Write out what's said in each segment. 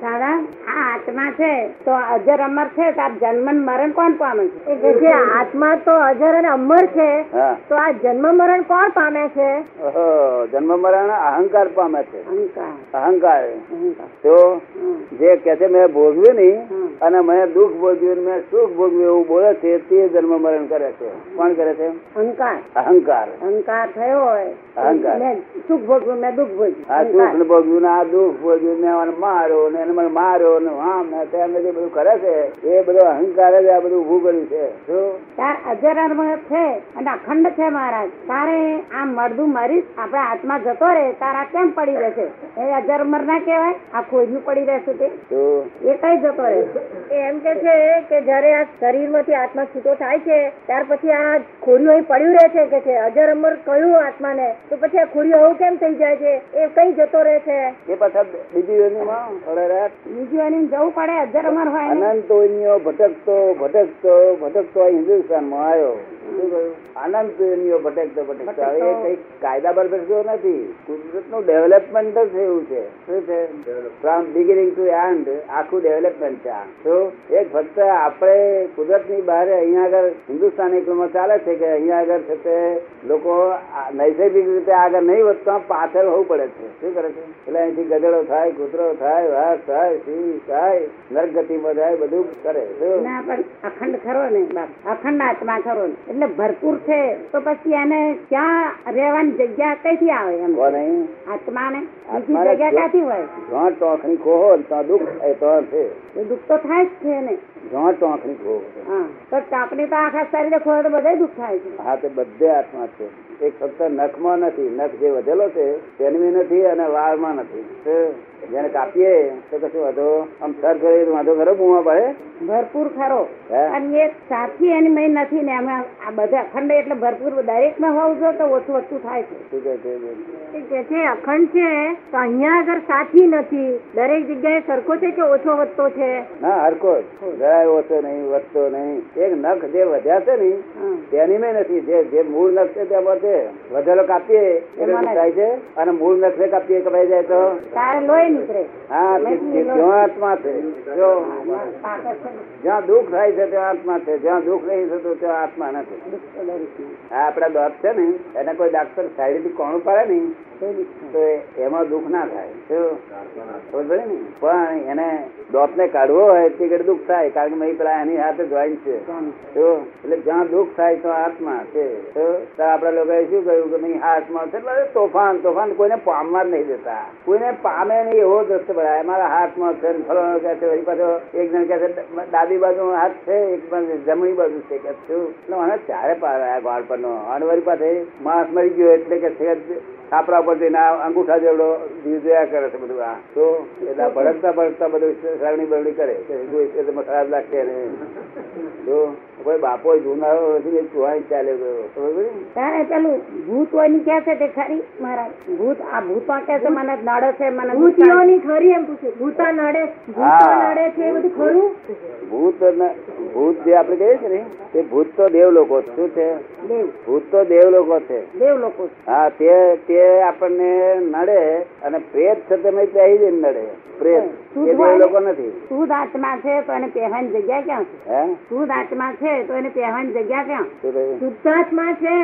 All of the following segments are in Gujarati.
દાદા આ આત્મા છે તો આ અજર અમર છે તો આ જન્મ ને મરણ કોણ પામે છે એ કે છે આત્મા તો અજર અને અમર છે હા તો આ જન્મ મરણ કોણ પામે છે ઓહો જન્મ મરણ અહંકાર પામે છે અહંકાર અહંકાર અહંકાર તો હમ. જે કે છે મેં ભોગવ્યું હમ. નહીં અને મેં દુઃખ ભોગવ્યું ને મેં સુખ ભોગવ્યું એવું બોલે છે તે જન્મ મરણ કરે છે કોણ કરે છે અહંકાર અહંકાર અહંકાર થયો હોય અહંકાર. મેં સુખ ભોગવ્યું મેં દુઃખ ભોગવ્યું આ સુખ ને ભોગવ્યું ને આ દુઃખ ભોગવ્યું ને મને માર્યો ને એને મને માર્યો ને આમ ને તેમ ને જે બધું કરે છે એ બધો અહંકાર જ આ બધું ઉભું કર્યું છે શું તાર અજર અમર છે અને અખંડ છે મહારાજ તારે આ મળદું મરીશ આપણે આત્મા જતો રહે તારા કેમ પડી રહેશે એ અજર અમર ના કહેવાય આ ખોજનું પડી રહેશે તે શું એ કઈ જતો રહેશે એ એમ કે છે કે જ્યારે આ શરીરમાંથી આત્મા છૂટો થાય છે ત્યાર પછી આ ખોરિયું અહીં પડ્યું રહે છે કે છે અજર અમર કયું આત્માને તો પછી આ ખોરિયું આવું કેમ થઈ જાય છે એ કઈ જતો રહે છે એ પાછા બીજી યોનીમાં વળેલા બીજું એને જવું પડે અજર અમર હોય ને અનંત યોનિઓ ભટકતો ભટકતો ભટકતો આ હિન્દુસ્તાનમાં આવ્યો શું કહ્યું? અનંત યોનિઓ ભટકતો ભટકતો હવે એ કંઈક કાયદા પર ભટકતો નથી કુદરતનું ડેવલપમેન્ટ જ એવું છે શું છે ફ્રોમ બિગિનિંગ ટુ એન્ડ આખું ડેવલપમેન્ટ છે આ શું એક ફક્ત આપણે કુદરતની બહાર અહીંયા આગળ હિન્દુસ્તાન એકમાં ચાલે છે કે અહીંયા આગળ છે તે લોકો આ નૈસર્ગિક રીતે આગળ નહીં વધતા પાછળ હોવું પડે છે શું કરે છે એટલે અહીંથી ગધેડો થાય કૂતરો થાય વાઘ થાય સિંહ થાય નરગતિમાં જાય બધું કરે શું ના પણ અખંડ ખરો ને બાપ અખંડ આત્મા ખરો ને એટલે ભરપૂર છે તો પછી એને ક્યાં રહેવાની જગ્યા કઈથી આવે એમ કોને આત્માને બીજી આત્માને જગ્યા જો- ક્યાંથી હોય જ્યાં ટોંકણી ખોહો ત્યાં દુઃખ એ તો છે એ દુઃખ તો થાય જ છે ને જ્યાં ટોંકણી ખોહો હા તો ટાંકણી તો આખા શરીરે ખોરે તો બધે દુઃખ થાય છે હા તે બધે આત્મા છે એક ફક્ત નખમાં નથી નખ જે વધેલો છે તેની નથી અને વાળમાં નથી તો જેને કાપીએ તો કશું વાંધો આમ સર કરે તો વાંધો ખરો બૂમા પડે ભરપૂર ખરો હે? અને એક સાથી એની મેં નથી ને એમાં આ બધા અખંડ એટલે ભરપૂર દરેકમાં હોવું જોઈએ તો ઓછું ઓછું થાય છે શું કહે છે એ કે છે અખંડ છે તો અહીંયા આગળ સાથી નથી દરેક જગ્યાએ સરખો છે કે ઓછો વધતો છે ના હરકો જ. જરાય ઓછો નહીં વધતો નહીં એક નખ જે વધ્યા છે ને હા તેની મેં નથી જે જે મૂળ નખ છે તેમાં છે વધેલો કાપીએ એટલે શું થાય છે અને મૂળ નખ ને કાપીએ કપાઈ જાય તો તારે લોહી નીકળે હા તે- તે જ્યાં આત્મા છે જો તાકાત છે. જ્યાં દુઃખ થાય છે ત્યાં આત્મા છે જ્યાં દુઃખ નહીં થતું ત્યાં આત્મા નથી દુઃખ તો દરેકમાં. આ આપડા દોત છે ને એને કોઈ ડાક્ટર સાઈડથી કોણું પાડે ને કોઈ દુઃખ તો એ- એમાં દુઃખ ના થાય શું? ખબર પડી ને? પણ એને દોતને કાઢવો હોય તે ઘડી દુઃખ થાય કારણ કે મેં પેલા એની હાથે જોઈન્ટ છે નથી. શું? એટલે જ્યાં દુઃખ થાય તો આત્મા છે શું? તો આપડા લોકોએ શું કહ્યું કે નહીં આ આત્મા છે એટલે તોફાન તોફાન કોઈને પામવા જ નહીં દેતા કોઈને પામે નહીં એવો દ્રશ્ય બનાવે મારા હાથમાં છે ને ફલાણો કહે છે વળી પાછો એક જણ કહે છે ડાબી બાજુ હાથ છે એક બાજુ જમણી બાજુ છે કે શું એટલે મને ચારે પાડ્યા ગોળ પરનો અને વળી પાસે માણસ મરી ગયો એટલે કે છે જ છાપરા પર જઈને આ અંગૂઠા જેવડો જીવ જોયા કરે છે બધું આ તો એટલે ભડકતા ભડકતા બધું સરણી બરણી કરે કે જોઈ છે તો ખરાબ લાગશે ને જો કોઈ બાપો જૂનારો નથી એક ચુહાઈ ચાલ્યો ગયો ખબર પડી ને? તારે પેલું ભૂત હોય ની કહે છે તે ખરી મારા ભૂત આ ભૂતમાં કહે છે મને નડે છે મને દુખાય. ભૂતિઓની ખરી એમ પૂછે ભૂતા નડે ભૂતા હા. નડે છે એ બધું ખરું ભૂત ન- ભૂત જે આપણે કહીએ છીએ ને તે ભૂત તો દેવ લોકો છે. શું છે દેવ ભૂત તો દેવ લોકો છે દેવ લોકો છે. હા તે તે આપણને નડે અને પ્રેત છે તમે ત્યાં જઈને નડે પ્રેત શું એ દેવ જોવાય? લોકો નથી શુદ્ધ આત્મા છે તો એને પહેવાની જગ્યા ક્યાં છે હે શુદ્ધ આત્મા છે તો એને પહેવાની જગ્યા ક્યાં શું કહ્યું? શુદ્ધાત્મા છે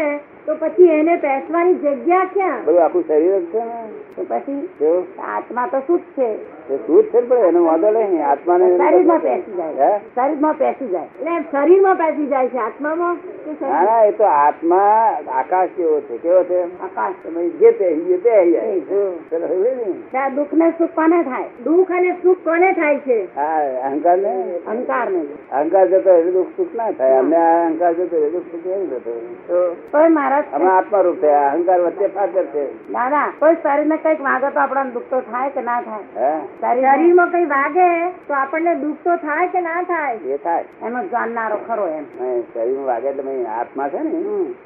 તો પછી એને બેસવાની જગ્યા ક્યાં બધું આખું શરીર જ છે ને તો પછી જો આત્મા તો શુદ્ધ છે તે શુદ્ધ છે ને પણ એનો વાંધો નહીં આત્માને શરીરમાં પેસી જાય હે? શરીરમાં પેસી જાય એટલે શરીરમાં બેસી જાય છે આત્મામાં કે શરીર- ના ના એ તો આત્મા આકાશ જેવો છે કેવો છે આકાશ તમે જે પહેરી ગયો તે આવી જાય. શું? ચલો, હવે ને? દુઃખ ને સુખ કોને થાય દુઃખ અને સુખ કોને થાય છે હા અહંકાર ને અહંકાર ને અહંકાર જતો એટલે દુઃખ સુખ ના થાય અમને આ અહંકાર જતો એટલે દુઃખ સુખ નહીં થતું. તો પણ મારા અમે આત્મારૂપ છે આ અહંકાર વચ્ચે ફાકર છે દાદા કોઈ શરીર ને કઈક વાગે તો આપણા દુઃખ તો થાય કે ના થાય શરીર હે શરીરમાં કઈ વાગે તો આપણને દુઃખ તો થાય કે ના થાય એ થાય એમાં જાણનારો ખરો એમ અને શરીરમાં વાગે એટલે ભાઈ આત્મા છે ને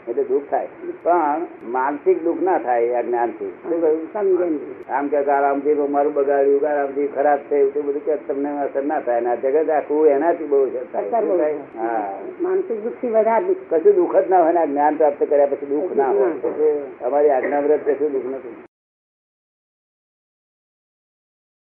એટલે દુઃખ થાય પણ માનસિક દુઃખ ના થાય આ જ્ઞાનથી શું કહ્યું સમજે ને. આમ કે આરામથી મારું બગાડ્યું આરામથી ખરાબ થયું તે બધું કે તમને અસર ના થાય અને આ જગત આખું એનાથી બહુ અસર થાય અસર બહુ શું થાય. થાય? હા માનસિક દુઃખ થી વધારે દુઃખ કશું દુઃખ જ ના હોય ને આ જ્ઞાન પ્રાપ્ત કર્યા પછી દુઃખ ના હોય એટલે અમારી આજ્ઞા વ્રત કશું દુઃખ નથી